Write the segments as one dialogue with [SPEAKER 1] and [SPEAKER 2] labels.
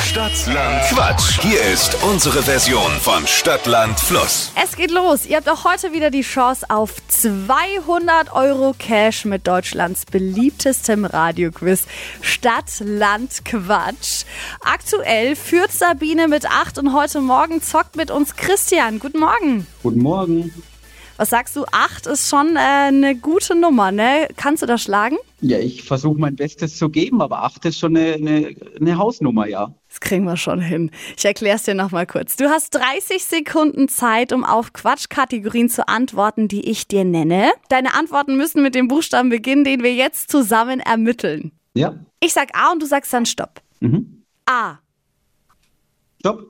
[SPEAKER 1] Stadtland Quatsch. Hier ist unsere Version von Stadtland Fluss.
[SPEAKER 2] Es geht los. Ihr habt auch heute wieder die Chance auf 200 Euro Cash mit Deutschlands beliebtestem Radioquiz Stadt, Land, Quatsch. Aktuell führt Sabine mit 8 und heute Morgen zockt mit uns Christian. Guten Morgen.
[SPEAKER 3] Guten Morgen.
[SPEAKER 2] Was sagst du? 8 ist schon äh, eine gute Nummer, ne? Kannst du das schlagen?
[SPEAKER 3] Ja, ich versuche mein Bestes zu geben, aber 8 ist schon eine, eine, eine Hausnummer, ja.
[SPEAKER 2] Das kriegen wir schon hin. Ich erkläre es dir nochmal kurz. Du hast 30 Sekunden Zeit, um auf Quatschkategorien zu antworten, die ich dir nenne. Deine Antworten müssen mit dem Buchstaben beginnen, den wir jetzt zusammen ermitteln.
[SPEAKER 3] Ja.
[SPEAKER 2] Ich sag A und du sagst dann Stopp.
[SPEAKER 3] Mhm.
[SPEAKER 2] A,
[SPEAKER 3] Stopp.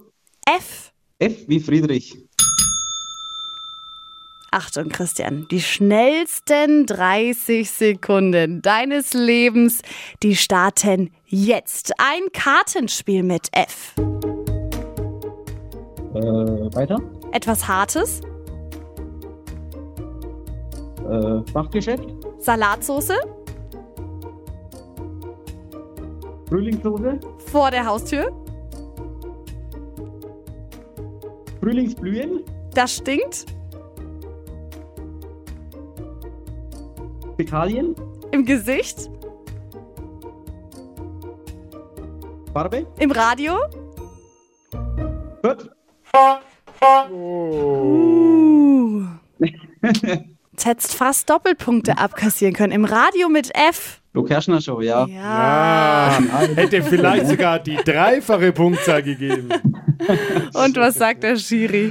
[SPEAKER 2] F.
[SPEAKER 3] F wie Friedrich.
[SPEAKER 2] Achtung, Christian, die schnellsten 30 Sekunden deines Lebens, die starten jetzt. Ein Kartenspiel mit F.
[SPEAKER 3] Äh, weiter.
[SPEAKER 2] Etwas Hartes,
[SPEAKER 3] Äh, Fachgeschäft.
[SPEAKER 2] Salatsauce,
[SPEAKER 3] Frühlingssoße.
[SPEAKER 2] vor der Haustür,
[SPEAKER 3] Frühlingsblühen.
[SPEAKER 2] das stinkt,
[SPEAKER 3] Fäkalien.
[SPEAKER 2] im Gesicht,
[SPEAKER 3] Farbe.
[SPEAKER 2] im Radio.
[SPEAKER 3] Hört.
[SPEAKER 2] Uh. Jetzt hättest fast Doppelpunkte abkassieren können. Im Radio mit F.
[SPEAKER 3] Luke Herschner Show, ja.
[SPEAKER 2] Ja.
[SPEAKER 4] Hätte vielleicht sogar die dreifache Punktzahl gegeben.
[SPEAKER 2] Und was sagt der Schiri?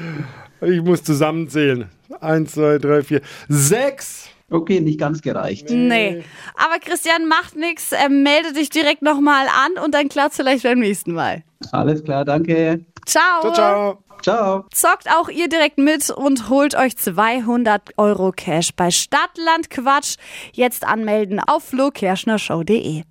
[SPEAKER 4] Ich muss zusammenzählen. Eins, zwei, drei, vier, sechs.
[SPEAKER 3] Okay, nicht ganz gereicht.
[SPEAKER 2] Nee. Aber Christian, macht nichts. Äh, melde dich direkt nochmal an und dann klappt's vielleicht beim nächsten Mal.
[SPEAKER 3] Alles klar, danke.
[SPEAKER 2] Ciao.
[SPEAKER 4] Ciao, ciao.
[SPEAKER 3] Ciao.
[SPEAKER 2] Zockt auch ihr direkt mit und holt euch 200 Euro Cash bei Stadtland Quatsch. Jetzt anmelden auf flokerschnershow.de.